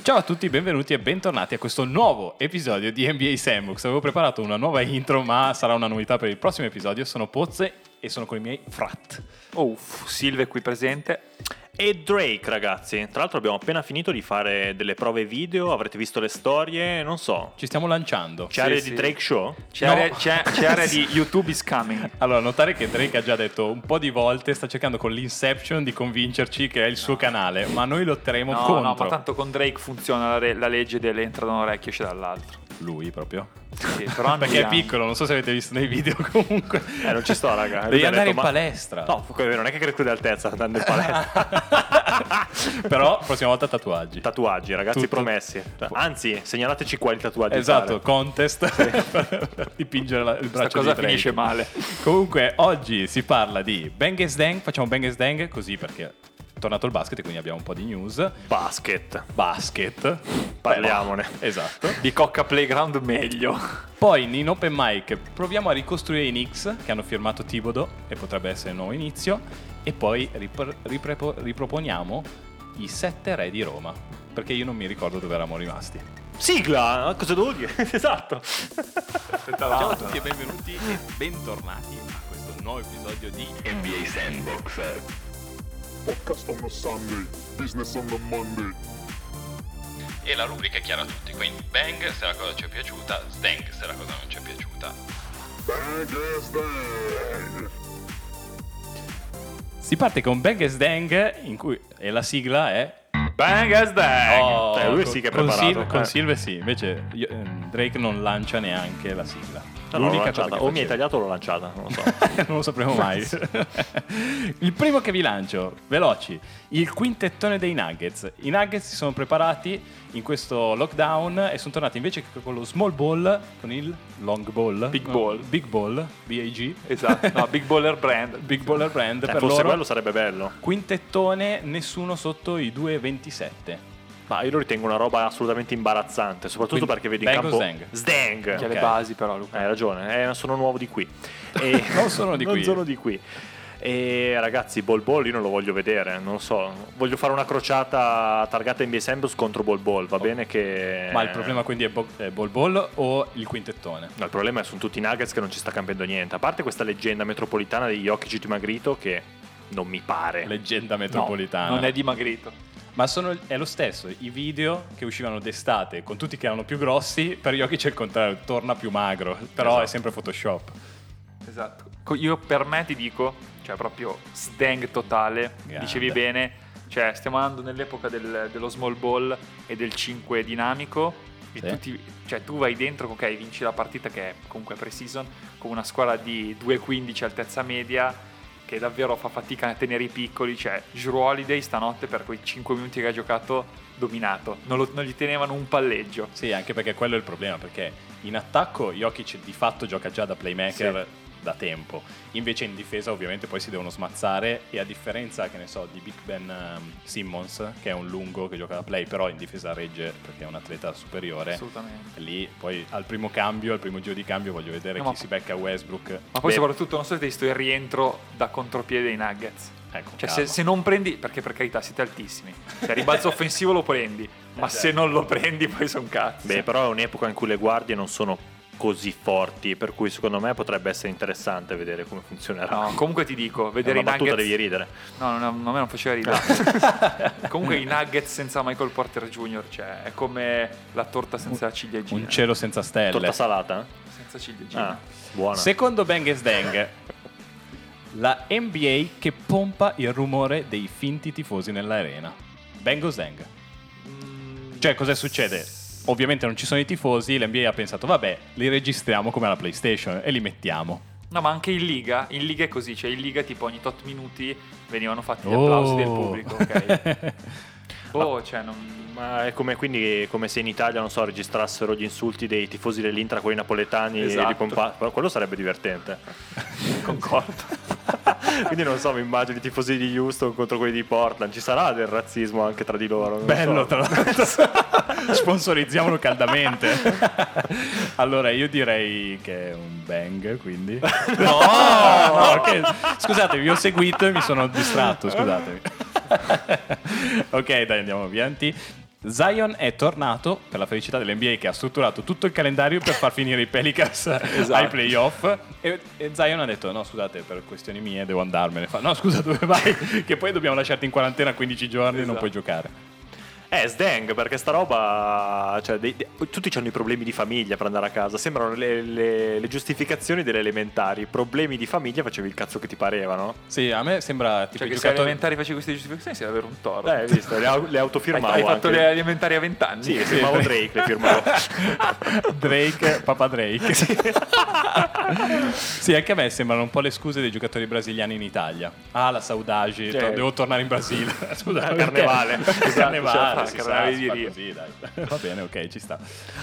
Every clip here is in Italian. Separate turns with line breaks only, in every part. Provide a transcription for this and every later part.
Ciao a tutti, benvenuti e bentornati a questo nuovo episodio di NBA Sandbox. Avevo preparato una nuova intro, ma sarà una novità per il prossimo episodio. Sono Pozze e sono con i miei frat.
Oh, Silve qui presente. E Drake, ragazzi. Tra l'altro abbiamo appena finito di fare delle prove video, avrete visto le storie, non so.
Ci stiamo lanciando.
C'è
Sì,
area
sì.
di Drake Show?
C'è,
No.
area, c'è- c'è area di YouTube is coming.
Allora, notare che Drake ha già detto un po' di volte, sta cercando con l'Inception di convincerci che è il suo canale, ma noi lotteremo
No,
contro
no, ma tanto con Drake funziona la, re- la legge dell'entra da un orecchio e esce dall'altro.
lui proprio.
Sì, però anche
Perché è
Young.
piccolo, non so se avete visto nei video comunque.
Eh, non ci sto, raga.
Devi
Ho
andare
detto,
in
ma-
palestra.
No, fu- non è che cresco di altezza andando in palestra.
Però prossima volta tatuaggi.
tatuaggi, ragazzi,
Tutto-
promessi. Anzi, segnalateci quali tatuaggi
Esatto,
fare.
contest per dipingere la- il
Questa
braccio
cosa
di Drake.
finisce male.
Comunque, oggi si parla di Bang Dang, facciamo Bang Dang così perché è tornato il basket e quindi abbiamo un po' di news.
Basket.
Basket.
Parliamone.
Però- Esatto.
Di Cocca Playground meglio.
Poi in Open Mic proviamo a ricostruire i Knicks che hanno firmato Tibodo e potrebbe essere il nuovo inizio. E poi ripro- riprepo- riproponiamo i sette re di Roma. Perché io non mi ricordo dove eravamo rimasti.
Sigla, cosa devo dire? esatto.
Ciao a tutti e benvenuti e bentornati a questo nuovo episodio di NBA Sandbox.
Podcast on a Sunday, business on a Monday.
E la rubrica è chiara a tutti, quindi bang se la cosa ci è piaciuta, stank se la cosa non ci è piaciuta.
Bang is bang.
Si parte con Bang e Dang in cui e la sigla è
Bang as dang.
Oh,
Cioè, lui
con-
sì che è
con
preparato.
Sil- con
eh.
Silve sì, invece io- ehm, Drake non lancia neanche la sigla.
No, no, l'ho
L'unica cosa
lanciata.
che
O mi hai
faceva.
tagliato o l'ho lanciata, non lo so.
non lo sapremo mai. il primo che vi lancio, veloci, il quintettone dei Nuggets. I Nuggets si sono preparati in questo lockdown e sono tornati invece che con lo small ball, con il long ball.
Big
No,
ball.
Big ball, BAG.
Esatto, no, Big Baller Brand.
Big baller brand
Eh,
per
forse
loro.
quello sarebbe bello.
Quintettone, nessuno sotto i 2,27.
Ma io lo ritengo una roba assolutamente imbarazzante, soprattutto
Quindi,
perché vedi in
Bang o
campo
Zang?
Zdang.
Che ha
Ok.
le basi però,
Hai
Luca.
ragione, eh, sono nuovo di qui. E-
Non sono di qui.
Non sono di qui. E ragazzi, Bol Bol io non lo voglio vedere, non lo so. Voglio fare una crociata targata NBA Sambus contro Bol Ball, va bene che...
Oh.
Eh.
Ma il problema quindi è, Bo- è Bol Bol o il quintettone?
No, il problema è sono tutti i Nuggets che non ci sta cambiando niente. A parte questa leggenda metropolitana di Jokic dimagrito che non mi pare.
Leggenda
Eh. No,
metropolitana.
non è dimagrito.
Ma sono, è lo stesso, i video che uscivano d'estate con tutti che erano più grossi, per gli occhi c'è il contrario, torna più magro, però
Esatto.
è sempre Photoshop.
Esatto. Co- Io per me ti dico, cioè proprio stang totale,
Grande.
dicevi bene, cioè stiamo andando nell'epoca del- dello small ball e del 5 dinamico. E
Sì.
tutti- cioè tu vai dentro, ok, vinci la partita che è comunque pre-season con una squadra di 2-15 altezza media che davvero fa fatica a tenere i piccoli, cioè Drew Holiday stanotte per quei 5 minuti che ha giocato dominato, non, lo- non gli tenevano un palleggio.
Sì, anche perché quello è il problema, perché in attacco Jokic di fatto gioca già da playmaker da tempo, invece in difesa ovviamente poi si devono smazzare e a differenza, che ne so, di Big Ben ehm, Simmons, che è un lungo che gioca da play, però in difesa regge perché è un atleta superiore,
Assolutamente.
lì poi al primo cambio, al primo giro di cambio voglio vedere
No,
chi
ma-
si becca Westbrook.
Ma poi
Beh.
soprattutto non so se hai visto il rientro da contropiede dei Nuggets.
Ecco,
Cioè,
calma.
se, se non prendi, perché per carità siete altissimi, cioè ribalzo offensivo lo prendi, ma
Esatto.
se non lo prendi poi sono cazzo.
Beh, però è un'epoca in cui le guardie non sono così forti, per cui secondo me potrebbe essere interessante vedere come funzionerà.
No, comunque ti dico, vedere
È
i
una battuta
Nuggets...
devi ridere.
No, non, non- a me non faceva
Ah.
ridere. comunque i Nuggets senza Michael Porter Jr., cioè, è come la torta senza la ciliegina.
Un cielo senza stelle.
Torta salata?
Senza
Ah,
ciliegina.
buona.
Secondo Bang Dang, la NBA che pompa il rumore dei finti tifosi nell'arena. Bang Dang.
Mm,
Cioè, cosa succede? Ovviamente non ci sono i tifosi, l'NBA ha pensato, vabbè, li registriamo come alla PlayStation e li mettiamo.
No, ma anche in Liga, in Liga è così, cioè in Liga tipo ogni tot minuti venivano fatti gli
Oh.
applausi del pubblico, ok? Boh, cioè, non...
Ma è come, quindi, come se in Italia, non so, registrassero gli insulti dei tifosi dell'Intra con i napoletani e
Esatto.
di pompa- però Quello sarebbe divertente. Concordo. quindi non so, mi immagino i tifosi di Houston contro quelli di Portland. Ci sarà del razzismo anche tra di loro. non
Bello,
so.
tra l'altro. Sponsorizziamolo caldamente. allora, io direi che è un bang, quindi. No, no, che- scusate, vi ho seguito e mi sono distratto, scusatemi. ok, dai, andiamo avanti. Zion è tornato per la felicità dell'NBA che ha strutturato tutto il calendario per far finire i Pelicans ai playoff e, e Zion ha detto no scusate per questioni mie devo andarmene Fa, no scusa dove vai che poi dobbiamo lasciarti in quarantena 15 giorni e non
Esatto.
puoi giocare
Eh, Sdang, perché sta roba. Cioè, dei- de- tutti hanno i problemi di famiglia per andare a casa. Sembrano le, le- le giustificazioni delle elementari. Problemi di famiglia facevi il cazzo che ti parevano.
sì a me sembra tipo
Cioè,
i
che se
giocatori-
elementari facevi queste giustificazioni, sei davvero un toro.
Eh, hai visto, le, au-
hai,
le autofirmavo.
hai fatto
anche.
le elementari a vent'anni.
Sì, firmavo Drake, le firmavo.
Drake, papà Drake. sì, anche a me sembrano un po' le scuse dei giocatori brasiliani in Italia. Ah, la saudade,
Cioè-
to- devo tornare in Brasile. Scusa,
Ah,
perché?
carnevale.
Esatto, carnevale,
cioè,
si
carnevale
sa,
di
si fa
Rio.
così, dai. Va bene, ok, ci sta.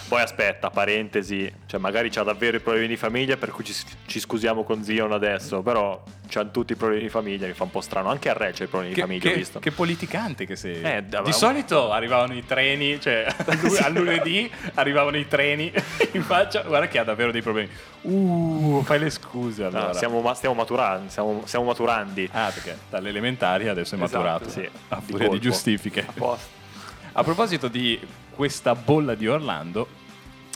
Poi aspetta, parentesi, cioè magari c'ha davvero i problemi di famiglia per cui ci, ci scusiamo con Zion adesso, però c'hanno tutti i problemi di famiglia, mi fa un po' strano, anche a Re c'ha i problemi di
Che,
famiglia, ho
che-
visto.
che politicante che sei.
Eh, davvero.
Di solito arrivavano i treni, cioè a lu- a lunedì arrivavano i treni in faccia. Guarda che ha davvero dei problemi. Uh, fai le scuse
No,
allora.
Ah, siamo, ma- stiamo maturando, siamo, siamo maturandi.
Ah, perché dall'elementare adesso è
Esatto,
maturato.
sì.
A
Di
furia di
colpo.
giustifiche.
Posto.
A proposito di questa bolla di Orlando,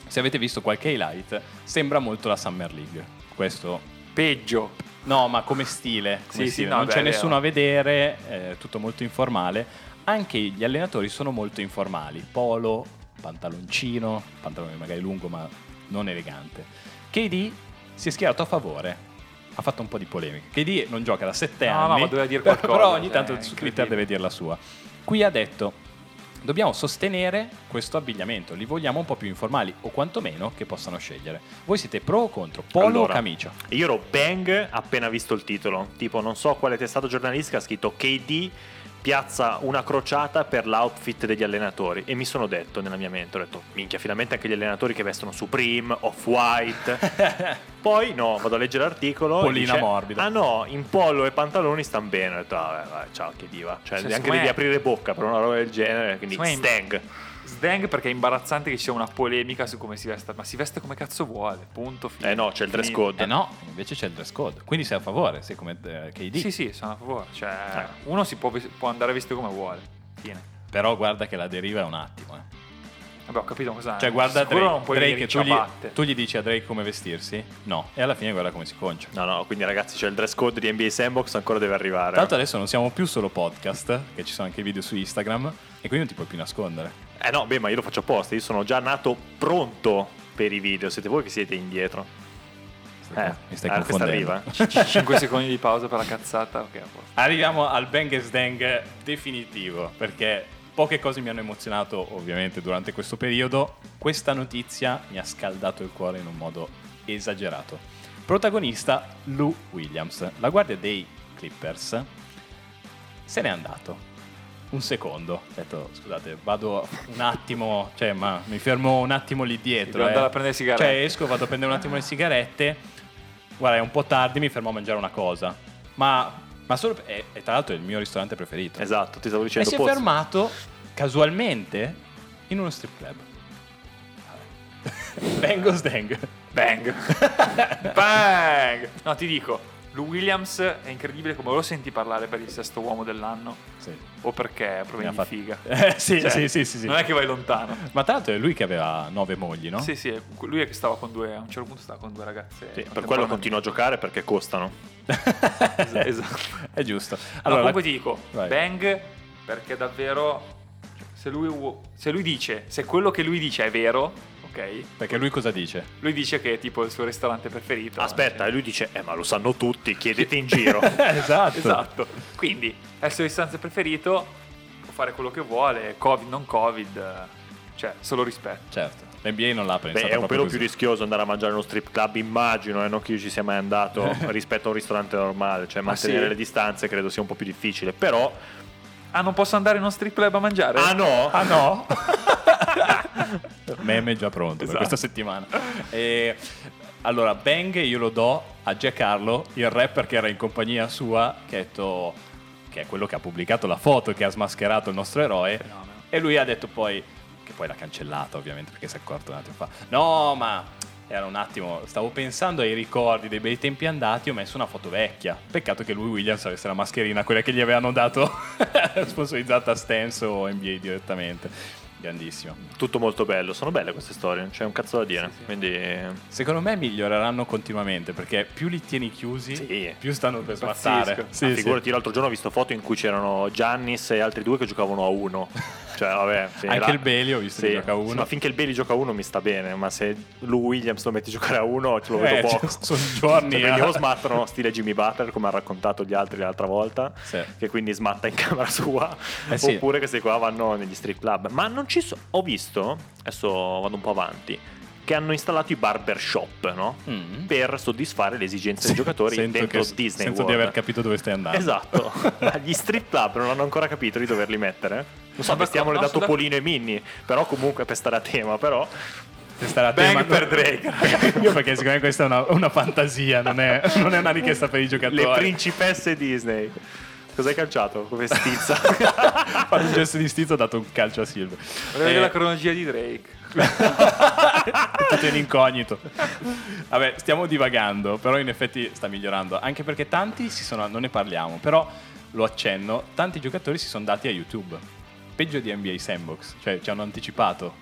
se avete visto qualche highlight, sembra molto la Summer League. Questo
Peggio.
no, ma come stile, come
Sì, sì,
stile.
no,
non
beh,
c'è
è vero.
nessuno a vedere, eh, tutto molto informale. Anche gli allenatori sono molto informali, polo, pantaloncino, pantalone magari lungo ma non elegante. KD si è schierato a favore. Ha fatto un po' di polemica. KD non gioca da sette
No, no,
anni.
ma doveva dire
però-
qualcosa,
Però ogni
cioè,
tanto su Twitter
incredibile.
deve dire la sua. Qui ha detto: dobbiamo sostenere questo abbigliamento, li vogliamo un po' più informali, o quantomeno che possano scegliere. Voi siete pro o contro? Polo
Allora,
o camicia?
Io ero bang appena visto il titolo, tipo non so quale testato giornalista ha scritto KD piazza una crociata per l'outfit degli allenatori e mi sono detto nella mia mente, ho detto minchia finalmente anche gli allenatori che vestono Supreme, Off-White, poi no, vado a leggere l'articolo, e
Pollina
dice,
morbida.
ah no, in pollo e pantaloni stanno bene, ho detto ah, vai, vai, ciao che diva,
Cioè,
cioè, neanche
secondo
devi
me-
aprire bocca per una roba del genere, quindi
Secondo me-
stang.
Sdang perché è imbarazzante che ci sia una polemica su come si veste, ma si veste come cazzo vuole, punto. Fine.
Eh no, c'è il dress
Finito.
code.
Eh no, invece c'è il dress code. Quindi sei a favore, sei come eh, KD.
Sì, sì, sono a favore. Cioè,
Ah.
uno si può, ves- può andare vestito come vuole. Fine.
Però guarda che la deriva è un attimo. eh.
Vabbè, ho capito cosa.
Ah,
Cioè, guarda
sicuro non
Drake,
puoi
Drake
venire in
tu, gli,
ciabatte.
tu gli dici a Drake come vestirsi? No. E alla fine guarda come si concia.
No, no, quindi ragazzi c'è il dress code di NBA Sandbox, ancora deve arrivare.
Tra l'altro adesso non siamo più solo podcast, che ci sono anche i video su Instagram, e quindi non ti puoi più nascondere.
Eh no, beh, ma io lo faccio apposta, io sono già nato pronto per i video, siete voi che siete indietro. Eh,
mi stai
ah, questa
confondendo.
arriva.
5 secondi di pausa per la cazzata. Ok, a posto.
Arriviamo al bang e sdang definitivo, perché poche cose mi hanno emozionato ovviamente durante questo periodo. Questa notizia mi ha scaldato il cuore in un modo esagerato. Protagonista Lou Williams, la guardia dei Clippers, se n'è andato. Un secondo, ho detto scusate, vado un attimo, cioè ma mi fermo un attimo lì dietro.
Devo andare a prendere le sigarette.
Cioè esco, vado a prendere un attimo le sigarette, guarda è un po' tardi, mi fermo a mangiare una cosa. Ma, ma solo, per- eh, e, e tra l'altro è il mio ristorante preferito.
Esatto, ti stavo
E
cioè,
dicendo.
Eh, si è
Pozzo.
fermato casualmente in uno strip club. Vengo sdang.
Bang! Bang! No, ti dico, Lou Williams è incredibile come lo senti parlare per il sesto uomo dell'anno.
Sì.
O perché
Mi ha
proviene di
fatto-
figa.
Eh, sì,
Cioè,
sì, sì, sì, sì.
Non è che vai lontano.
Ma tra l'altro è lui che aveva nove mogli, no?
Sì, sì, lui è che stava con due, a un certo punto stava con due ragazze.
Sì, per quello continuo a giocare perché costano.
esatto.
È giusto.
Allora,
Allora,
comunque ti dico,
Vai.
bang, perché davvero, cioè, se lui, uo- se lui dice, se quello che lui dice è vero, ok?
perché lui cosa dice?
Lui dice che è tipo il suo ristorante
Ah,
preferito.
Aspetta, e lui dice, eh ma lo sanno tutti, chiedete in giro.
esatto.
Esatto. Quindi, è il suo ristorante preferito, può fare quello che vuole, covid, non covid, eh, cioè, solo rispetto.
Certo. L'NBA non l'ha
Beh,
pensato
è un
proprio
pelo più
così.
rischioso andare a mangiare in uno strip club, immagino, e non che io ci sia mai andato rispetto a un ristorante normale,
Ah,
cioè mantenere
sì?
le distanze credo sia un po' più difficile, però...
Ah, non posso andare in uno strip club a mangiare?
Ah no?
Ah no? Meme già pronto per
Esatto.
questa settimana. E, allora, Bang io lo do a Giancarlo, il rapper che era in compagnia sua, che, ha detto, che è quello che ha pubblicato la foto che ha smascherato il nostro eroe.
Fenomeno.
E lui ha detto poi, che poi l'ha cancellata ovviamente perché si è accorto un attimo fa, no ma... Era un attimo, stavo pensando ai ricordi dei bei tempi andati, ho messo una foto vecchia. Peccato che lui Williams avesse la mascherina, quella che gli avevano dato sponsorizzata a Stance o NBA direttamente. grandissimo.
Tutto molto bello, sono belle queste storie, non c'è un cazzo da dire. Quindi
Secondo me miglioreranno continuamente perché più li tieni chiusi,
Sì.
più stanno per
Pazzesco.
spazzare.
Ah, figurati, io l'altro giorno ho visto foto in cui c'erano Giannis e altri due che giocavano a uno. Cioè, vabbè, sì,
Anche
la-
il Bailey ho visto
sì,
che gioca a uno.
sì, ma finché il Bailey gioca a uno mi sta bene, ma se lui Williams lo metti a giocare a uno te lo vedo
Eh,
poco.
cioè, sono giorni,
Cioè, quindi
eh.
o smattano stile Jimmy Butler, come ha raccontato gli altri l'altra volta,
Sì.
che quindi smatta in camera sua,
Eh sì.
oppure che se qua vanno negli strip club. Ma non ci so- ho visto, adesso vado un po' avanti, che hanno installato i barbershop, no?
Mm.
Per soddisfare le esigenze dei giocatori
Sento
dentro
che-
Disney
Senza
World.
di aver capito dove stai andando.
Esatto, ma gli strip club non hanno ancora capito di doverli mettere. Non so,
Ma
vestiamole
no,
da
sono
Topolino e Minnie, però comunque per stare a tema, però
Te stare a
Bang
tema-
per Drake, ragazzi.
Io perché secondo me questa è una, una fantasia, non è, non è una richiesta per i giocatori.
le principesse Disney. Cos'hai calciato? Come stizza?
Ha fatto un gesto di stizza ha dato un calcio a Silver.
Vorrei
Eh.
vedere la cronologia di Drake.
tutto in incognito. Vabbè, stiamo divagando, però in effetti sta migliorando, anche perché tanti si sono non ne parliamo, però lo accenno, tanti giocatori si sono dati a YouTube. Peggio di NBA Sandbox, cioè ci hanno anticipato.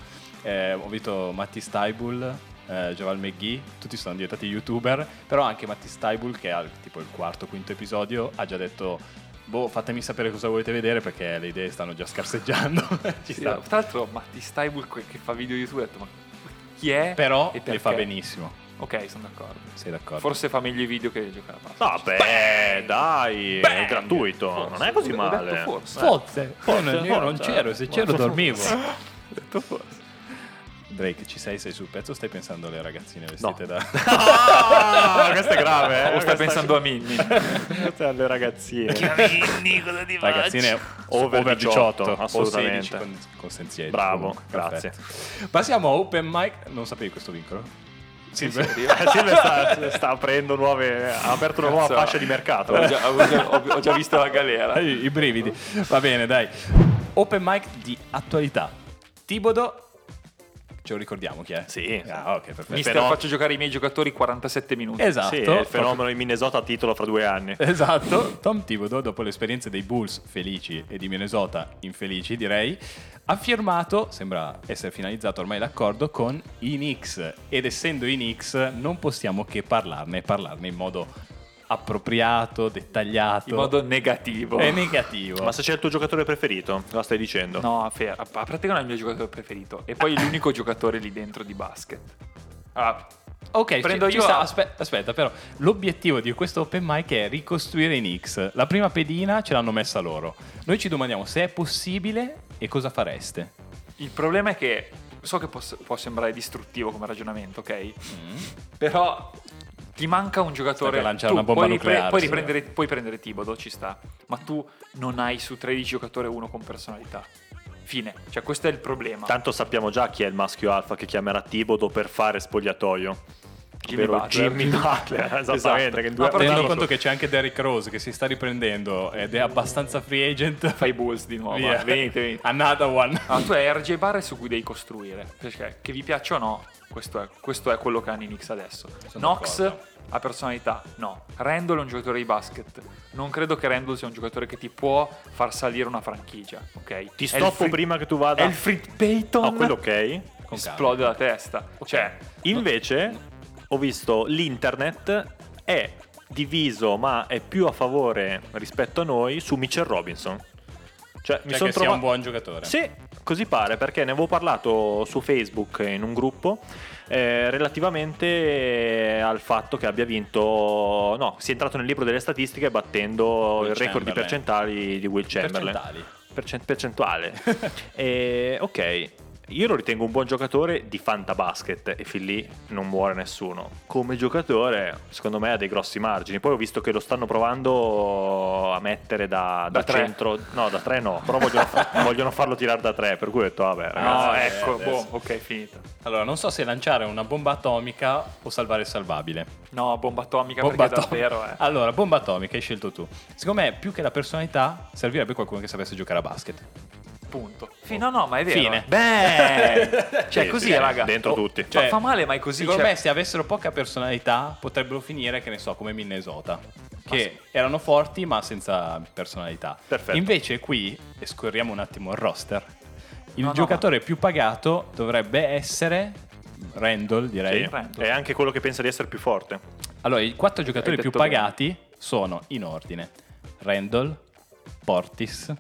Eh, ho visto Matti Staibul, eh, Javal McGee, tutti sono diventati youtuber, però anche Matti Staibul che ha tipo il quarto, quinto episodio ha già detto "Boh, fatemi sapere cosa volete vedere perché le idee stanno già scarseggiando". Ci
Sì,
sta.
Tra l'altro, Matti Staibul que- che fa video di YouTube, ho detto, ma chi è?
Però
e
le fa
perché?"
benissimo.
Ok, sono d'accordo.
Sei d'accordo?
Forse fa meglio i video che giocare a basket.
Vabbè, dai, è
Bang!
gratuito, non è così
Ho
male.
detto forse.
Forse, forse,
Forse,
Oh, io non
forse.
c'ero, se c'ero
Forse.
dormivo.
Ho detto forse.
Drake, ci sei, sei sul pezzo o stai pensando alle ragazzine vestite da...
Ah, questo è grave. eh,
o stai
questo è-
pensando a Minnie.
Queste alle ragazzine.
Ragazzine
cioè, Over 18, assolutamente.
o 16 con, con senzienti,
Bravo,
comunque,
grazie.
perfetto. Passiamo a Open Mic, non sapevi questo vincolo?
In serio?
Eh, Silver sta, sta aprendo nuove. Ha aperto una nuova
Cazzo.
fascia di mercato.
Ho già, ho già- ho- ho già visto la galera.
I, i brividi, va bene dai. Open Mic di attualità. Tibodo, ce lo ricordiamo chi è?
Sì.
Ah, ok, perfetto.
Mister,
Però-
faccio giocare i miei giocatori 47 minuti.
Esatto.
Sì, è il fenomeno in Minnesota a titolo fra due anni.
Esatto, Tom Thibodeau, dopo le esperienze dei Bulls felici e di Minnesota infelici, direi, ha firmato, sembra essere finalizzato ormai l'accordo, con i Knicks. Ed essendo i Knicks non possiamo che parlarne, parlarne in modo appropriato, dettagliato.
Esatto.
In modo negativo.
È negativo.
Ma se c'è il tuo giocatore preferito, cosa stai dicendo?
No, fe- a a parte che non è il mio giocatore preferito. E poi è l'unico giocatore lì dentro di basket. Ah, Allora,
Ok,
Prendo
ci- ci
io
sta,
a-
aspe- aspetta, però l'obiettivo di questo open mic è ricostruire i Knicks. La prima pedina ce l'hanno messa loro. Noi ci domandiamo se è possibile e cosa fareste.
il problema è che so che posso- può sembrare distruttivo come ragionamento, ok?
Mm.
Però ti manca un
Stai
giocatore.
per lanciare
tu
una bomba
puoi,
nucleare,
puoi
signore.
riprendere, puoi prendere Tibodo, ci sta. Ma tu non hai su 13 giocatore uno con personalità. Fine. Cioè, questo è il problema.
Tanto sappiamo già chi è il maschio alfa che chiamerà Tibodo per fare spogliatoio.
Jimmy
Ovvero
Butler. Esatto.
Jimmy Butler, esattamente. Che in due
Ma
anni-
Tenendo
Però-
conto che c'è anche Derrick Rose che si sta riprendendo ed è abbastanza free agent.
Fai Bulls di nuovo.
Via.
Venite, venite.
Another one.
Ah, tu hai RJ Barre su cui devi costruire. Perché che vi piaccia o no, questo è, questo è quello che hanno i Knicks adesso.
Sono
Knox
d'accordo.
ha personalità? No. Randall è un giocatore di basket. Non credo che Randall sia un giocatore che ti può far salire una franchigia, ok?
Ti stoppo prima che tu vada.
Elfrid Payton
No, quello ok.
Con
esplode la testa. Cioè,
Invece, ho visto l'internet è diviso, ma è più a favore rispetto a noi su Mitchell Robinson. Cioè, mi
Cioè che
sono
sia
trovato.
un buon giocatore.
Sì, così pare, perché ne avevo parlato su Facebook in un gruppo eh, relativamente al fatto che abbia vinto, no, si è entrato nel libro delle statistiche battendo
Will
il record di
Chamberlain.
percentali di Will Chamberlain.
Percentali.
Percen- percentuale. Eh, ok, io lo ritengo un buon giocatore di fantabasket e fin lì non muore nessuno. Come giocatore, secondo me ha dei grossi margini. Poi ho visto che lo stanno provando a mettere da,
Da
da
tre.
centro. No, da tre no, però vogliono, fa- vogliono farlo tirare da tre, per cui ho detto vabbè ragazzi.
no,
eh,
ecco,
adesso.
boh, ok, finita.
Allora, non so se lanciare una bomba atomica o salvare il salvabile.
No, bomba atomica
Bomba
perché
atomica.
davvero eh. è.
Allora, bomba atomica hai scelto tu. Secondo me, più che la personalità, servirebbe qualcuno che sapesse giocare a basket.
Punto. Fi- no, no, ma è vero.
Fine.
Beh!
Cioè,
Boh. Sì,
così,
sì,
raga.
Dentro
Oh,
tutti.
cioè, fa male, ma è così,
Secondo
cioè-
me, se avessero poca personalità, potrebbero finire, che ne so, come Minnesota.
Ah,
Che erano forti, ma senza personalità.
Perfetto.
Invece, qui, e scorriamo un attimo il roster. Il
No, no,
giocatore più pagato dovrebbe essere Randall, direi.
Sì. Eh.
Prendo.
È anche quello che pensa di essere più forte.
Allora, i quattro giocatori
Hai
più
detto
pagati sono in ordine: Randall, Portis,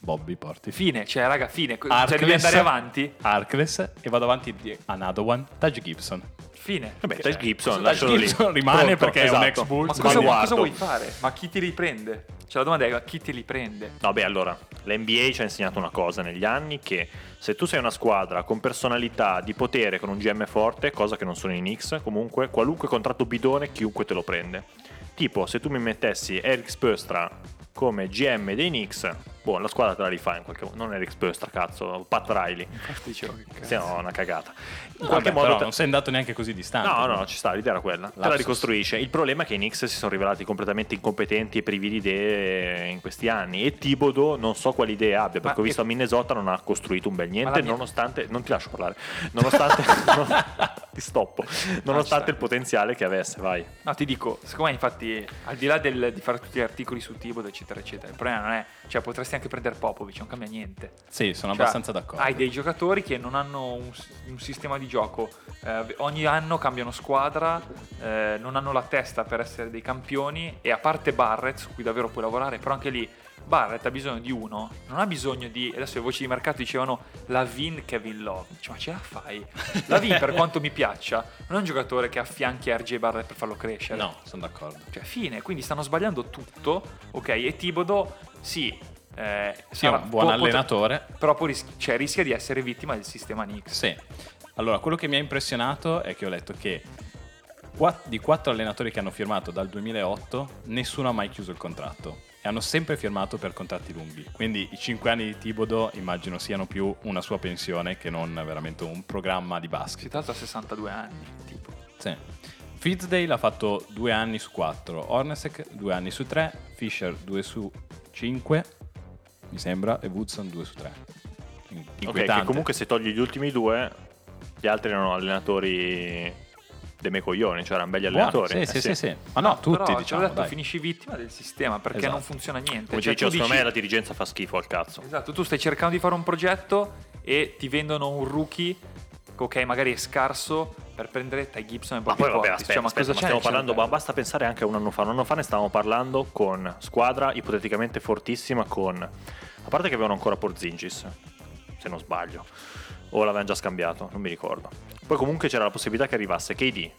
Bobby Portis,
Fine, cioè raga, fine. Co- Cioè
Harkless.
devi andare avanti.
Harkless e vado avanti di Anadowan, Taj Gibson.
Fine.
Vabbè, Taj Gibson,
Taj
lascialo lì.
Gibson rimane
Pronto,
perché è un ex Bulls,
Ma
Sì,
cosa,
mi
vuoi,
guardo.
cosa vuoi fare? Ma chi ti riprende? Cioè la domanda è ma chi ti riprende?
No, beh, allora, l'NBA ci ha insegnato una cosa negli anni, che se tu sei una squadra con personalità, di potere, con un GM forte, cosa che non sono i Knicks, comunque, qualunque contratto bidone, chiunque te lo prende. Tipo, se tu mi mettessi Eric Spurstra come GM dei Knicks, boh, la squadra te la rifà in qualche modo. Non Eric Spurstra, cazzo, Pat Riley.
Infatti dicevo che cazzo.
cioè, Se no, una cagata. In
No,
qualche
vabbè,
modo...
però
te-
non sei andato neanche così distante.
No, no, ci sta, l'idea era quella. Te la
Lapsus.
ricostruisce. Il problema è che i Knicks si sono rivelati completamente incompetenti e privi di idee in questi anni. E Tibodo non so quali idee abbia, perché
Ma
ho visto a Minnesota non ha costruito un bel
Ma
niente,
la mia-
nonostante. Non ti lascio parlare. Nonostante. non- ti stoppo. Nonostante il potenziale che avesse, vai.
No, ti dico, secondo me infatti, al di là del- di fare tutti gli articoli su Tibodo, eccetera, eccetera, il problema non è, cioè potresti anche prendere Popovic, non cambia niente.
Sì, sono
Cioè,
abbastanza d'accordo.
Hai dei giocatori che non hanno un, s- un sistema di gioco, eh, ogni anno cambiano squadra, eh, non hanno la testa per essere dei campioni e a parte Barrett, su cui davvero puoi lavorare, però anche lì Barrett ha bisogno di uno, non ha bisogno di, adesso le voci di mercato dicevano la Vin Kevin Love, Dice, ma ce la fai? La Vin per quanto mi piaccia, non è un giocatore che affianchi RJ Barrett per farlo crescere.
No, sono d'accordo.
Cioè, fine, quindi stanno sbagliando tutto, ok? E Tibodo, sì, eh,
Sì, è
sarà-
un buon
può- potrà-
allenatore.
però poi rischi- cioè, rischia di essere vittima del sistema Nix.
Sì. Allora, quello che mi ha impressionato è che ho letto che qua- di quattro allenatori che hanno firmato dal 2008, nessuno ha mai chiuso il contratto. E hanno sempre firmato per contratti lunghi. Quindi i cinque anni di Tibodo immagino siano più una sua pensione che non veramente un programma di
Si
basket.
tratta a 62 anni, tipo.
Sì. Fizdale ha fatto due anni su quattro, Ornesek due anni su tre, Fisher due su cinque, mi sembra, e Woodson due su tre. In-
Ok,
Inquietante.
che comunque se togli gli ultimi due, gli altri erano allenatori dei miei coglioni, cioè erano belli
Buono,
allenatori.
Sì,
Eh
sì, sì, sì. Ma no, tutti
però,
diciamo,
te l'ho detto,
dai.
finisci vittima del sistema perché
Esatto.
non funziona niente.
Come ti
Cioè,
dicevo,
tu
secondo me
dici-
la dirigenza fa schifo al cazzo.
Esatto, tu stai cercando di fare un progetto e ti vendono un rookie, ok, magari è scarso, per prendere Ty Gibson e
Ma
Bobby
poi vabbè,
Portis.
aspetta,
Cioè, ma
aspetta,
cosa
ma
c'è
stiamo
nel
parlando, ma
cervello?
basta pensare anche a un anno fa. Un anno fa ne stavamo parlando con squadra ipoteticamente fortissima con... A parte che avevano ancora Porzingis, se non sbaglio, o l'avevano già scambiato, non mi ricordo. Poi comunque c'era la possibilità che arrivasse KD,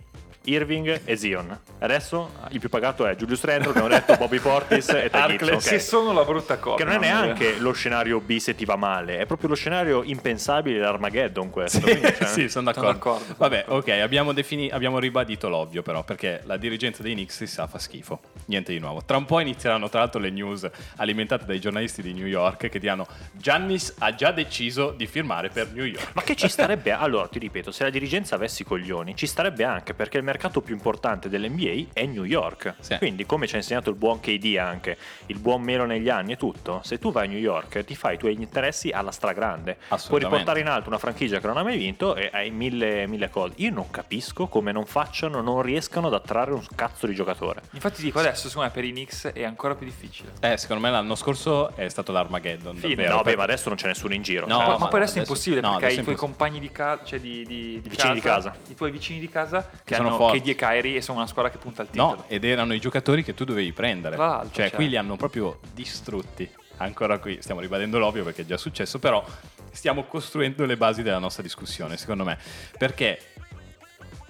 Irving e Zion. Adesso il più pagato è Julius Randle, abbiamo detto Bobby Portis e Ty Gibson.
Harkless.
ok.
Se sono la brutta cosa. eh.
Che non è
mamma mia.
neanche lo scenario B se ti va male, è proprio lo scenario impensabile dell'Armageddon questo.
Sì,
quindi, cioè,
sì, sono
Sono
d'accordo.
d'accordo, sono
Vabbè,
d'accordo.
ok, abbiamo, defini- abbiamo ribadito l'ovvio però, perché la dirigenza dei Knicks si sa fa schifo. Niente di nuovo. Tra un po' inizieranno tra l'altro le news alimentate dai giornalisti di New York che diranno Giannis ha già deciso di firmare per New York.
Ma che ci starebbe? Allora, ti ripeto, se la dirigenza avesse i coglioni, ci starebbe anche perché il mercato più importante dell'NBA è New York.
Sì.
Quindi, come ci ha insegnato il buon KD anche, il buon Melo negli anni e tutto, se tu vai a New York ti fai i tuoi interessi alla stragrande. Puoi
Assolutamente.
riportare in alto una franchigia che non ha mai vinto e hai mille, mille cose. Io non capisco come non facciano, non riescano ad attrarre un cazzo di giocatore.
Infatti dico adesso, secondo me per i Knicks è ancora più difficile.
Eh, secondo me l'anno scorso è stato l'Armageddon.
Fine.
davvero,
no, beh,
perché-
ma adesso non c'è nessuno in giro.
No,
cioè,
Poi-
ma
ma poi adesso è
adesso-
impossibile
no,
perché
adesso
hai
è
i tuoi
impossibile.
compagni di casa, cioè di, di- di
Vicini di casa.
i tuoi vicini di casa che,
sono
hanno
forti.
KD e Kyrie e sono una squadra che punta al titolo.
No, ed erano i giocatori che tu dovevi prendere.
Tra l'altro,
cioè,
cioè.
qui li hanno proprio distrutti. Ancora qui stiamo ribadendo l'ovvio perché è già successo, però stiamo costruendo le basi della nostra discussione, secondo me. Perché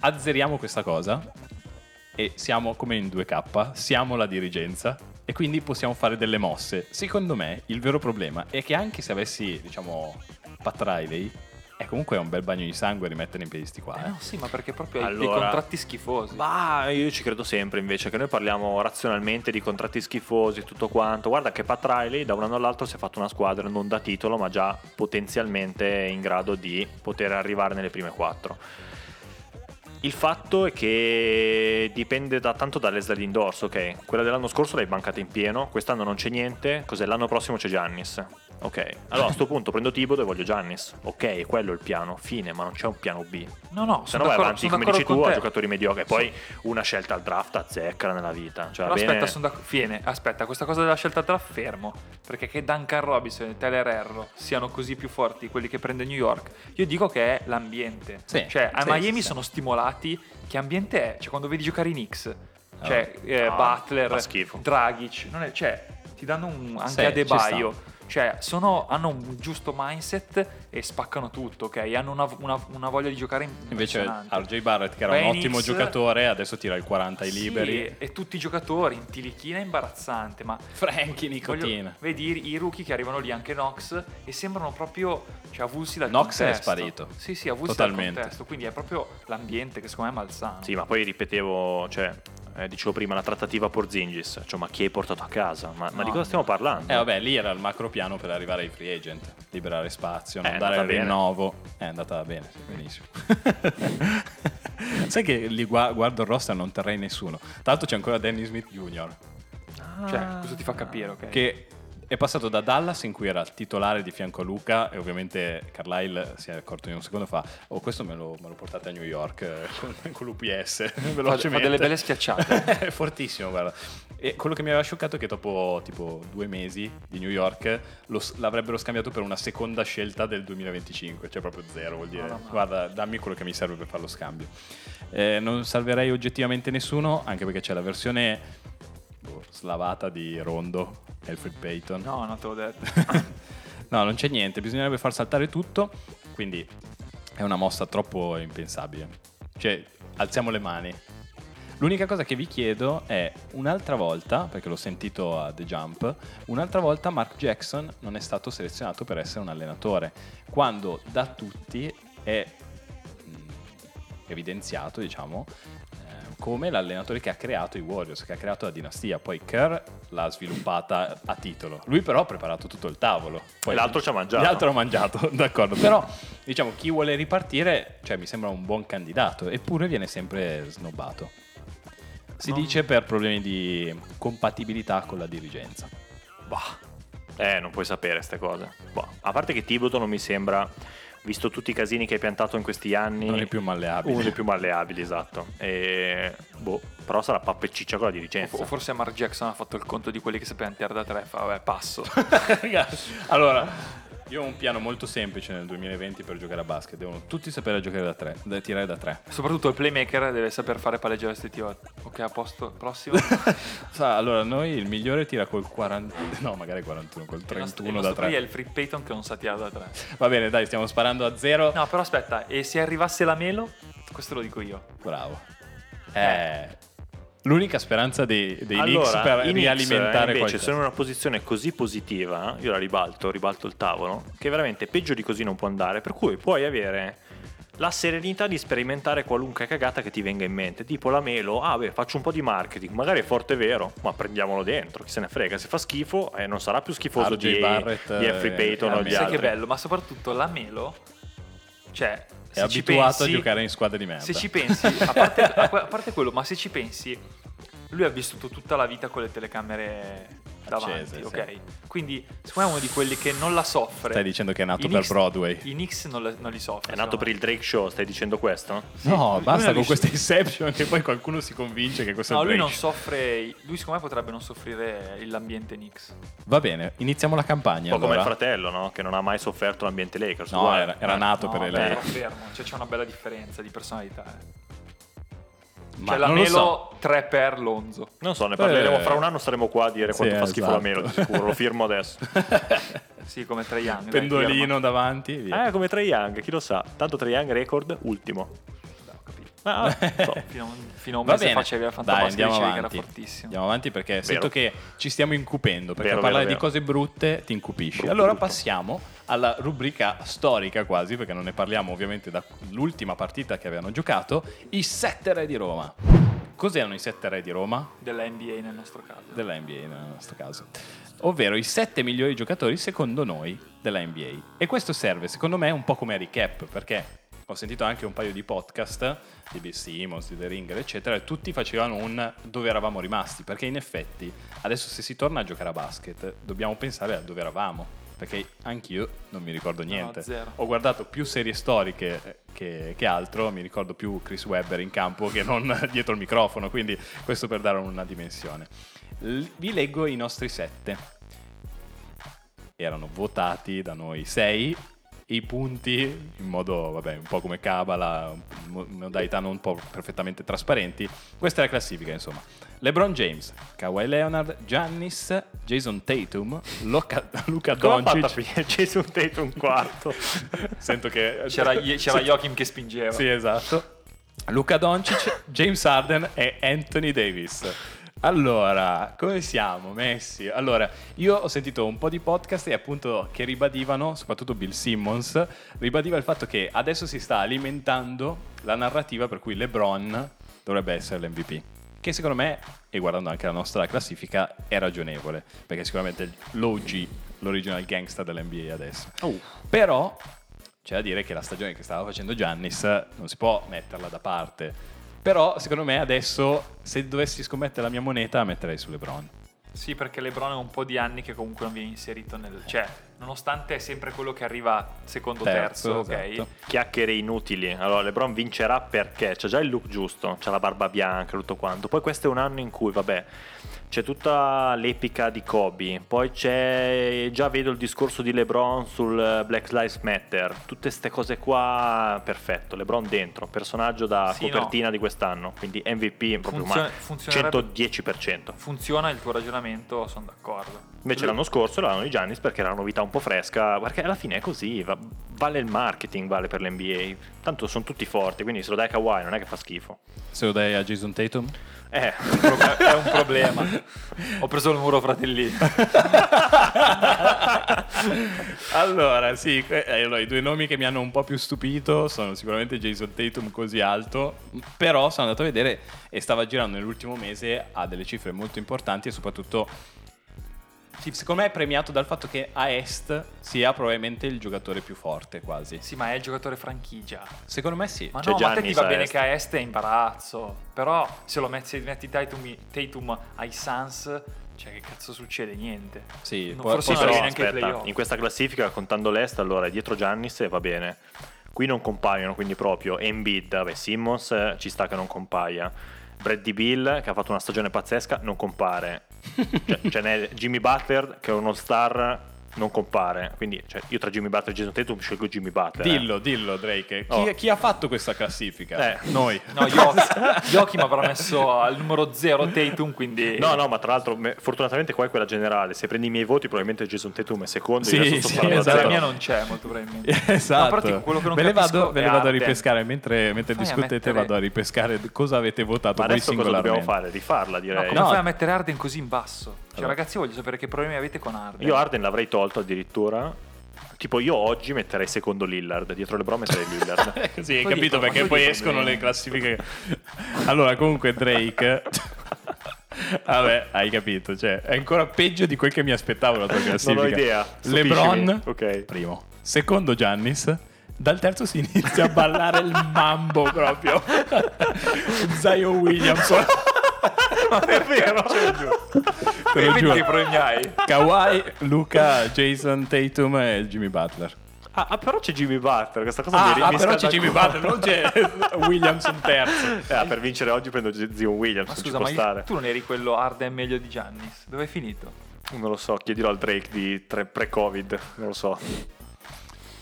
azzeriamo questa cosa e siamo come in 2K, siamo la dirigenza e quindi possiamo fare delle mosse. Secondo me il vero problema è che anche se avessi, diciamo, Pat Riley, è comunque un bel bagno di sangue rimettere in piedi sti qua.
Eh
eh.
no, sì, ma perché proprio hai dei
Allora-
contratti schifosi.
Ma io ci credo sempre invece che noi parliamo razionalmente di contratti schifosi e tutto quanto. Guarda che Pat Riley da un anno all'altro si è fatto una squadra non da titolo ma già potenzialmente in grado di poter arrivare nelle prime quattro. Il fatto è che dipende da, tanto dall'esda di indorso, ok? Quella dell'anno scorso l'hai bancata in pieno, quest'anno non c'è niente, cos'è? L'anno prossimo c'è Giannis. Ok, allora a sto punto prendo Tibodo e voglio Giannis. Ok, quello è il piano, fine, ma non c'è un piano B.
No, no,
Se
sono
no vai
d'accordo-
avanti,
sono
come dici
d'accordo
tu,
con
a
te.
giocatori mediocri. E poi una scelta al draft azzeccala nella vita. Cioè,
Però
va bene...
aspetta, sono d'accordo. Fiene, aspetta, questa cosa della scelta tra fermo. Perché che Duncan Robinson e Tyler Herro siano così più forti di quelli che prende New York, io dico che è l'ambiente.
Sì,
cioè, a
sì,
Miami
sì, sì.
sono stimolati. Che ambiente è? Cioè, quando vedi giocare i Knicks,
Ah.
cioè eh,
no, fa
Butler,
schifo.
Dragic, non è- cioè, ti danno un, anche
Sì,
a
ci
Debaio. Cioè, sono- hanno un giusto mindset e spaccano tutto, ok? Hanno una, una- una voglia di giocare
Invece
impressionante.
RJ Barrett, che era
Phoenix-
un ottimo giocatore, adesso tira il 40 ai
Sì,
liberi.
e tutti i giocatori in tilichina è imbarazzante, ma
Frankie
Voglio-
Nicotina.
vedi i, i rookie che arrivano lì, anche Nox, e sembrano proprio cioè, avulsi dal
Knox è
contesto.
sparito.
Sì, sì, avulsi dal
Totalmente.
contesto. Quindi è proprio l'ambiente che secondo me è malsano.
Sì, ma poi ripetevo, cioè, eh, dicevo prima, la trattativa Porzingis. Cioè, ma chi hai portato a casa? Ma, ma di
No,
cosa stiamo parlando?
Eh vabbè, lì era il macro piano per arrivare ai free agent, liberare spazio,
Eh,
non
È
dare il
andata bene.
rinnovo. Eh, È andata bene, sì, benissimo. Sai che li gua- guardo il roster e non terrei nessuno. Tra l'altro c'è ancora Danny Smith Jr.
Cioè, questo ti fa capire, ok?
che è passato da Dallas in cui era il titolare di fianco a Luca e ovviamente Carlisle si è accorto in un secondo fa oh questo me lo, me lo portate a New York eh, con, con l'UPS velocemente
fa delle belle schiacciate.
è fortissimo guarda e quello che mi aveva scioccato è che dopo tipo due mesi di New York lo s- l'avrebbero scambiato per una seconda scelta del 2025 cioè proprio zero vuol dire
Madonna.
guarda dammi quello che mi serve per fare lo scambio Eh, non salverei oggettivamente nessuno anche perché c'è la versione boh, slavata di Rondo Alfred Payton.
No, non te l'ho detto.
No, non c'è niente, bisognerebbe far saltare tutto, quindi è una mossa troppo impensabile. Cioè, alziamo le mani. L'unica cosa che vi chiedo è un'altra volta, perché l'ho sentito a The Jump, un'altra volta Mark Jackson non è stato selezionato per essere un allenatore, quando da tutti è mh, evidenziato, diciamo, eh, come l'allenatore che ha creato i Warriors, che ha creato la dinastia, poi Kerr l'ha sviluppata a titolo. Lui però ha preparato tutto il tavolo. Poi
E l'altro ci ha mangiato.
L'altro ha mangiato, d'accordo, però diciamo chi vuole ripartire, cioè mi sembra un buon candidato, eppure viene sempre snobbato. Si
Non-
dice per problemi di compatibilità con la dirigenza.
Bah. Eh, non puoi sapere queste cose. Boh. A parte che Tibodo non mi sembra, visto tutti i casini che hai piantato in questi anni,
Non è più malleabile.
uno dei più malleabili, esatto. E, boh, però sarà pappa e ciccia con la dirigenza.
O forse Mark Jackson ha fatto il conto di quelli che sapevano tirare da tre. Fa, vabbè, passo.
Ragazzi, allora, io ho un piano molto semplice nel 2020 per giocare a basket. Devono tutti sapere giocare da tre, da tirare da tre.
Soprattutto il playmaker deve saper fare palleggiare questi tiro. Ok, a posto. Prossimo.
Sa, allora, noi il migliore tira col 40, no, magari 41, col
Il nostro-
31
il
da
nostro qui è
3.
il Free Payton che non sa tirare da tre.
Va bene, dai, stiamo sparando a zero.
No, però aspetta, e se arrivasse la Melo? Questo lo dico io.
Bravo. Eh, l'unica speranza dei, dei Knicks
allora,
per
i Knicks,
rialimentare
eh, invece
qualcosa.
sono in una posizione così positiva, eh, io la ribalto, ribalto il tavolo, che veramente peggio di così non può andare, per cui puoi avere la serenità di sperimentare qualunque cagata che ti venga in mente, tipo la melo, ah beh, faccio un po' di marketing, magari è forte e vero, ma prendiamolo dentro, chi se ne frega, se fa schifo eh, non sarà più schifoso
RJ
di,
Barrett,
di Jeffrey
eh,
Payton o
eh,
di
Sai
altri.
che bello, ma soprattutto la Melo, cioè,
È
se ci
abituato
pensi-
a giocare in squadre di merda.
Se ci pensi, a parte, a que- a parte quello, ma se ci pensi, lui ha vissuto tutta la vita con le telecamere davanti,
Accese, sì.
ok? Quindi, secondo me è uno di quelli che non la soffre.
Stai dicendo che è nato
I
per
Knicks-
Broadway.
I Knicks non, la- non li soffre.
È nato per il Drake Show, stai dicendo questo?
no,
lui
basta
non
con
riesce-
questa inception che poi qualcuno si convince che questo
No,
è il
lui non
Drake.
soffre. Lui, secondo me, potrebbe non soffrire l'ambiente Knicks.
Va bene, iniziamo la campagna
Un po' come il
allora.
fratello, no? Che non ha mai sofferto l'ambiente Lakers.
No,
uguale.
era, era
Eh.
nato
No,
per il
beh,
lei.
però fermo, cioè c'è una bella differenza di personalità. eh.
Ma
Cioè la
non lo so.
Melo 3 per Lonzo.
Non so, ne
Eh.
parleremo fra un anno, saremo qua a dire
Sì,
quanto fa schifo
esatto.
la melo, di sicuro, lo firmo adesso.
Sì, come tre anni. dai,
pendolino
fermo.
davanti. e Via.
Eh, come Trae Young, chi lo sa. Tanto Trae Young record, ultimo.
Dai, ho capito.
Ah, so.
Fino a un, Eh, fino a un
Va
mese
bene,
fa c'avevi la
dai,
fantabasca
andiamo
dicevi che era
avanti.
fortissimo.
Andiamo avanti perché sento che ci stiamo incupendo, perché
Vero,
parlare
vero,
di
vero.
cose brutte ti incupisci.
Brutto,
allora
brutto.
passiamo alla rubrica storica quasi, perché non ne parliamo ovviamente dall'ultima partita che avevano giocato, i sette re di Roma. Cos'erano i sette re di Roma?
Della NBA nel nostro caso.
Della NBA nel nostro caso. Ovvero i sette migliori giocatori secondo noi della NBA. E questo serve secondo me un po' come recap, perché ho sentito anche un paio di podcast di Bill Simmons, di The Ringer, eccetera, e tutti facevano un dove eravamo rimasti, perché in effetti adesso se si torna a giocare a basket dobbiamo pensare a dove eravamo. perché anch'io non mi ricordo niente.
zero.
Ho guardato più serie storiche eh, che, che altro, mi ricordo più Chris Webber in campo che non dietro il microfono, quindi questo per dare una dimensione. L- vi leggo i nostri sette. Erano votati da noi sei i punti in modo, vabbè, un po' come Cabala, mo- modalità non po- perfettamente trasparenti. Questa è la classifica, insomma. LeBron James, Kawhi Leonard, Giannis, Jason Tatum, Luca, Luca
Come ha fatto a
Doncic.
finire Jason Tatum quarto?
Sento che
C'era, c'era Joachim che spingeva.
Sì, esatto. Luca Doncic, James Harden e Anthony Davis. Allora, come siamo messi? Allora, io ho sentito un po' di podcast e appunto che ribadivano, soprattutto Bill Simmons, ribadiva il fatto che adesso si sta alimentando la narrativa per cui LeBron dovrebbe essere l'MVP. Che secondo me, e guardando anche la nostra classifica, è ragionevole, perché sicuramente l'OG, l'original gangsta dell'NBA adesso. Però c'è da dire che la stagione che stava facendo Giannis non si può metterla da parte. Però secondo me adesso se dovessi scommettere la mia moneta metterei su LeBron.
Sì, perché Lebron è un po' di anni che comunque non viene inserito nel... Cioè, nonostante è sempre quello che arriva secondo, terzo,
Terzo,
ok?
esatto.
Chiacchiere inutili. Allora, LeBron vincerà perché c'ha già il look giusto, c'ha la barba bianca, tutto quanto. Poi questo è un anno in cui, vabbè, c'è tutta l'epica di Kobe. Poi c'è già vedo il discorso di LeBron sul eh, Black Lives Matter. Tutte queste cose qua, perfetto. LeBron dentro, personaggio da
Sì,
copertina di quest'anno, quindi MVP proprio
Funziona-
ma
funzionerebbe-
110%.
Funziona il tuo ragionamento, sono d'accordo.
Invece l'anno scorso era l'anno di Giannis perché era una novità un po' fresca, perché alla fine è così, va- vale il marketing, vale per l'NBA, tanto sono tutti forti, quindi se lo dai a Kawhi non è che fa schifo.
Se lo dai a Jason Tatum?
Eh,
è un problema. Ho preso il muro fratellino.
allora, sì, que- eh, allora, i due nomi che mi hanno un po' più stupito sono sicuramente Jason Tatum così alto, però sono andato a vedere e stava girando nell'ultimo mese a delle cifre molto importanti e soprattutto sì, secondo me è premiato dal fatto che a Est sia probabilmente il giocatore più forte quasi.
Sì, ma è il giocatore franchigia.
Secondo me sì.
Ma
C'è
no, ma a te
Giannis
ti va
a
bene
est.
che a est è imbarazzo. Però se lo metti, metti Tatum, Tatum ai Suns, cioè che cazzo succede? Niente.
Sì,
No,
poi-
forse
poi
non
però-
arrivi
però
neanche ai
aspetta,
playoff.
in questa classifica contando l'est allora è dietro Giannis e va bene. Qui non compaiono quindi proprio Embiid, vabbè Simmons eh, ci sta che non compaia. Braddy Bill che ha fatto una stagione pazzesca non compare. Cioè, ce n'è Jimmy Butler che è uno star non compare. Quindi cioè, io tra Jimmy Butler e Jason Tatum scelgo Jimmy Butler. eh.
Dillo, dillo Drake. Chi,
Oh.
chi ha fatto questa classifica?
Eh.
Noi.
No, Yo- Joachim avrà messo al numero 0 Tatum, quindi...
No, no, ma tra l'altro me- fortunatamente qua è quella generale. Se prendi i miei voti probabilmente Jason Tatum è secondo.
Sì,
io adesso sto
sì,
parlando
esatto.
La
a zero.
mia non c'è molto probabilmente.
Esatto.
No, però ti- quello che non
ve le
capisco
vado, ve
è
le vado a
Harden.
ripescare mentre, mentre
Fai a
discutete,
mettere-
vado a ripescare cosa avete votato
Ma
voi
adesso cosa
singolarmente.
dobbiamo fare? Rifarla
No,
direi.
come
No.
fai a mettere Arden così in basso? Cioè,
Allora.
ragazzi, io voglio sapere che problemi avete con Arden.
Io Arden l'avrei tolto addirittura. Tipo io oggi metterei secondo Lillard, dietro le Lebron metterei Lillard.
Sì, hai
Poi
capito
dico,
perché poi
ma poi dico,
escono
bene.
le classifiche. Allora, comunque Drake Vabbè, hai capito, cioè è ancora peggio di quel che mi aspettavo la tua classifica.
Non ho idea, stupiscimi.
LeBron
Ok.
primo, secondo Giannis, dal terzo si inizia a ballare il mambo proprio. Zion Williamson. Ah,
Ma Cioè, è vero!
Te lo
Quindi che
giuro.
problemi hai?
Kawhi, Luca, Jason Tatum e Jimmy Butler.
Ah, ah, però c'è Jimmy Butler, questa cosa mi, ri- mi
Ah, però
scalda
c'è
il
Jimmy
culo.
Butler, non c'è Williamson terzo.
Ah, per vincere oggi prendo Z- Zion Williams,
Ma
ci
scusa,
può
ma
stare.
io- tu non eri quello Arden meglio di Giannis? Dove è finito?
Non lo so, chiedilo al Drake di tre- pre-Covid, non lo so.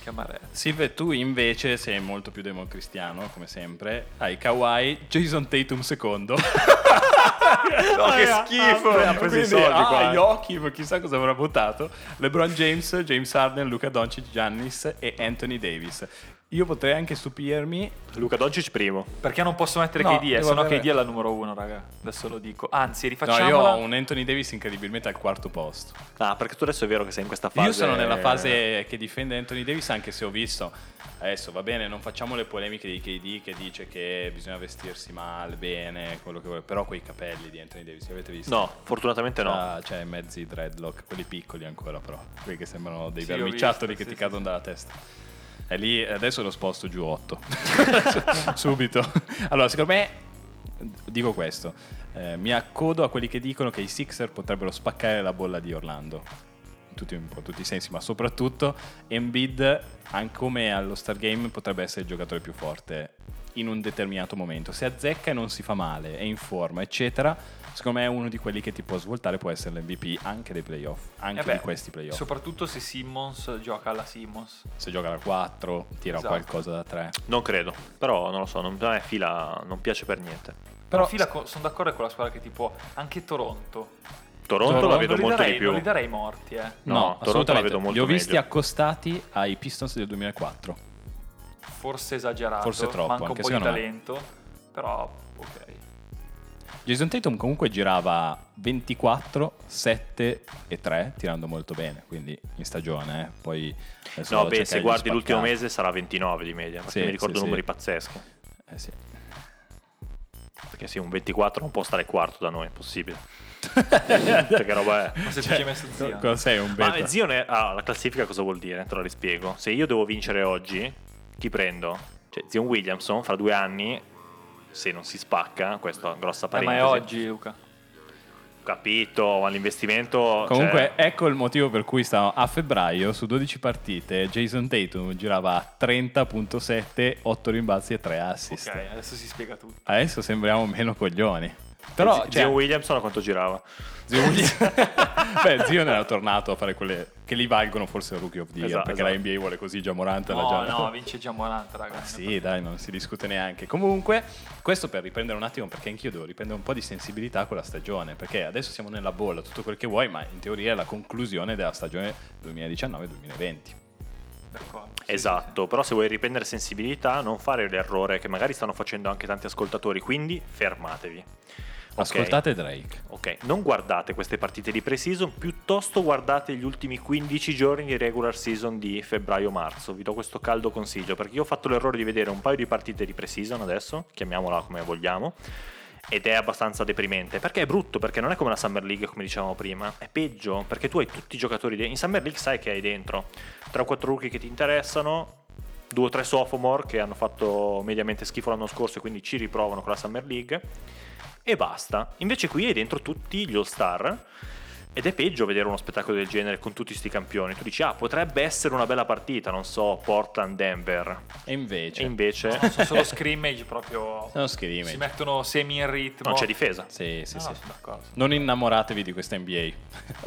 Che amarezza.
Silve, tu invece sei molto più democristiano, come sempre. Hai Kawhi, Jason Tatum secondo.
No, Oh,
Eh,
che schifo! Ha preso i soldi qua.
Ah, Joachim, chissà cosa avrà votato. LeBron James, James Harden, Luca Doncic, Giannis e Anthony Davis. Io potrei anche stupirmi.
Luca eh. Doncic primo.
Perché non posso mettere
No,
KD, eh,
devo
sennò
avere-
KD è la numero uno, raga. Adesso lo dico. Anzi,
No, io
rifacciamola. Eh
ho un Anthony Davis incredibilmente al quarto posto.
Ah, perché tu adesso è vero che sei in questa fase.
Io sono nella fase che difende Anthony Davis, anche se ho visto. Adesso va bene, non facciamo le polemiche di KD che dice che bisogna vestirsi male, bene, quello che vuoi. Però quei capelli di Anthony Davis, li avete visto?
No, fortunatamente no.
Ah, cioè mezzi dreadlock, quelli piccoli ancora però, quelli che sembrano dei
Sì, ho
vermicciattoli
visto,
che
sì,
ti
sì,
cadono dalla testa. E lì adesso lo sposto giù 8. Subito. Allora, secondo me, dico questo, eh, mi accodo a quelli che dicono che i Sixer potrebbero spaccare la bolla di Orlando. tutti, un po' in tutti i sensi, ma soprattutto Embiid, anche come allo Stargame, potrebbe essere il giocatore più forte in un determinato momento. Se azzecca e non si fa male, è in forma, eccetera, secondo me è uno di quelli che ti può svoltare, può essere l'MVP anche dei playoff, anche
Eh beh,
di questi playoff.
Soprattutto se Simmons gioca alla Simmons.
Se gioca da 4, tira
Esatto.
qualcosa da 3.
Non credo, però non lo so, non, a me fila non piace per niente.
Però-
Però fila sono d'accordo con la squadra che tipo anche Toronto.
Toronto la
Toronto
vedo
non li
molto
darei,
di
Non
più.
li darei morti, eh.
No, Toronto la
assolutamente.
vedo molto
Li ho visti
meglio.
accostati ai Pistons del 2004.
Forse esagerato.
Forse troppo,
Manca un
anche
po' di
secondo me.
talento. Però, ok.
Jason Tatum comunque girava 24, 7 e 3, tirando molto bene, quindi in stagione. eh. Poi adesso
No,
vado a
beh,
cercare
se
di
guardi l'ultimo
spaccarlo.
mese sarà 29 di media, perché
Sì,
mi ricordo
sì,
numeri
sì.
pazzeschi.
Eh sì.
Perché sì, un 24 non può stare quarto da noi, è impossibile. perché roba è.
Ma se ci hai messo zio.
co- cosa Cioè, sei un beta?
Ma zio, ne- ah, la classifica cosa vuol dire? Te la rispiego. Se io devo vincere oggi, chi prendo? Cioè, Zion Williamson fra due anni, se non si spacca, questa grossa
Eh, ma
parentesi.
è oggi, Luca.
Capito, ma l'investimento...
Comunque,
cioè,
ecco il motivo per cui stavo a febbraio su 12 partite. Jason Tatum girava a 30.7, 8 rimbalzi e 3 assist.
Ok, adesso si spiega tutto.
Adesso sembriamo meno coglioni. Però,
Zion
cioè,
Williamson a quanto girava?
Zio William- Beh, zio era tornato a fare quelle che li valgono forse il rookie of the year,
Esatto,
perché
esatto.
la NBA vuole così già Morant era
No,
già...
no, vince già Morant, raga.
Ah, sì, dai, non si discute neanche. Comunque, questo per riprendere un attimo, perché anch'io devo riprendere un po' di sensibilità con la stagione, perché adesso siamo nella bolla, tutto quel che vuoi, ma in teoria è la conclusione della stagione 2019-2020.
D'accordo, sì,
Esatto, però se vuoi riprendere sensibilità non fare l'errore che magari stanno facendo anche tanti ascoltatori, quindi fermatevi. Ok?
Ascoltate Drake.
Ok, non guardate queste partite di pre-season, piuttosto guardate gli ultimi 15 giorni di regular season di febbraio-marzo. Vi do questo caldo consiglio perché io ho fatto l'errore di vedere un paio di partite di pre-season adesso, chiamiamola come vogliamo, ed è abbastanza deprimente perché è brutto, perché non è come la Summer League come dicevamo prima, è peggio perché tu hai tutti i giocatori de- in Summer League sai che hai dentro 3 o 4 rookie che ti interessano, due o tre sophomore che hanno fatto mediamente schifo l'anno scorso e quindi ci riprovano con la Summer League e basta. Invece qui hai dentro tutti gli all-star ed è peggio vedere uno spettacolo del genere con tutti sti campioni. Tu dici "Ah, potrebbe essere una bella partita, non so, Portland Denver".
E invece...
E invece
sì. No, sono solo scrimmage proprio.
Sono scrimmage.
Si mettono semi in ritmo.
non c'è difesa.
Sì, sì,
No,
sì.
no, sono d'accordo.
Non innamoratevi di questa NBA,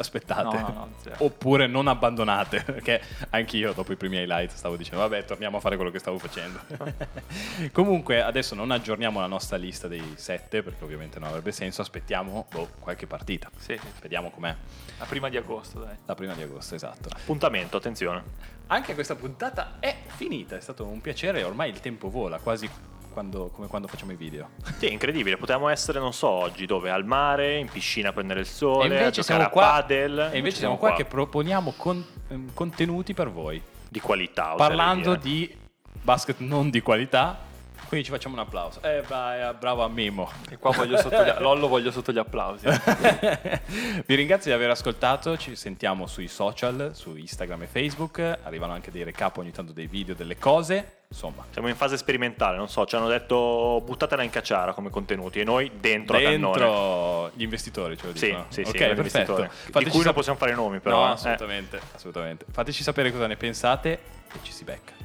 aspettate.
No, no, no, zero.
Oppure non abbandonate, perché anch'io dopo i primi highlight stavo dicendo, vabbè, torniamo a fare quello che stavo facendo. Comunque, adesso non aggiorniamo la nostra lista dei sette, perché ovviamente non avrebbe senso, aspettiamo boh, qualche partita.
Sì, sì.
Vediamo com'è.
La prima di agosto, dai.
La prima di agosto, esatto.
Appuntamento, attenzione.
Anche questa puntata è finita, è stato un piacere, ormai il tempo vola, quasi quando- come quando facciamo i video.
Sì, è incredibile, potevamo essere, non so, oggi dove? Al mare, in piscina a prendere il sole,
e
a
invece
giocare
siamo
a
qua,
padel.
e invece siamo qua che proponiamo con- ehm, contenuti per voi.
di qualità. oserei
parlando
dire.
di basket non di qualità, quindi ci facciamo un applauso. Eh, vai, bravo a Mimo.
E qua voglio sotto gli- Lollo voglio sotto gli applausi.
Vi ringrazio di aver ascoltato, ci sentiamo sui social, su Instagram e Facebook, arrivano anche dei recap ogni tanto dei video, delle cose, insomma.
Siamo in fase sperimentale, non so, ci hanno detto buttatela in cacciara come contenuti e noi dentro, a cannone.
Dentro gli investitori, ce lo
Sì,
dicono.
sì, sì,
ok,
per
perfetto.
l'investitore. Di
Fateci
cui non
sap-
possiamo fare nomi però.
No,
eh.
assolutamente, assolutamente. Fateci sapere cosa ne pensate e ci si becca.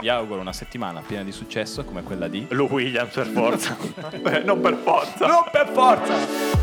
Vi auguro una settimana piena di successo come quella di...
Lou Williams per forza. Beh, non per forza.
Non per forza!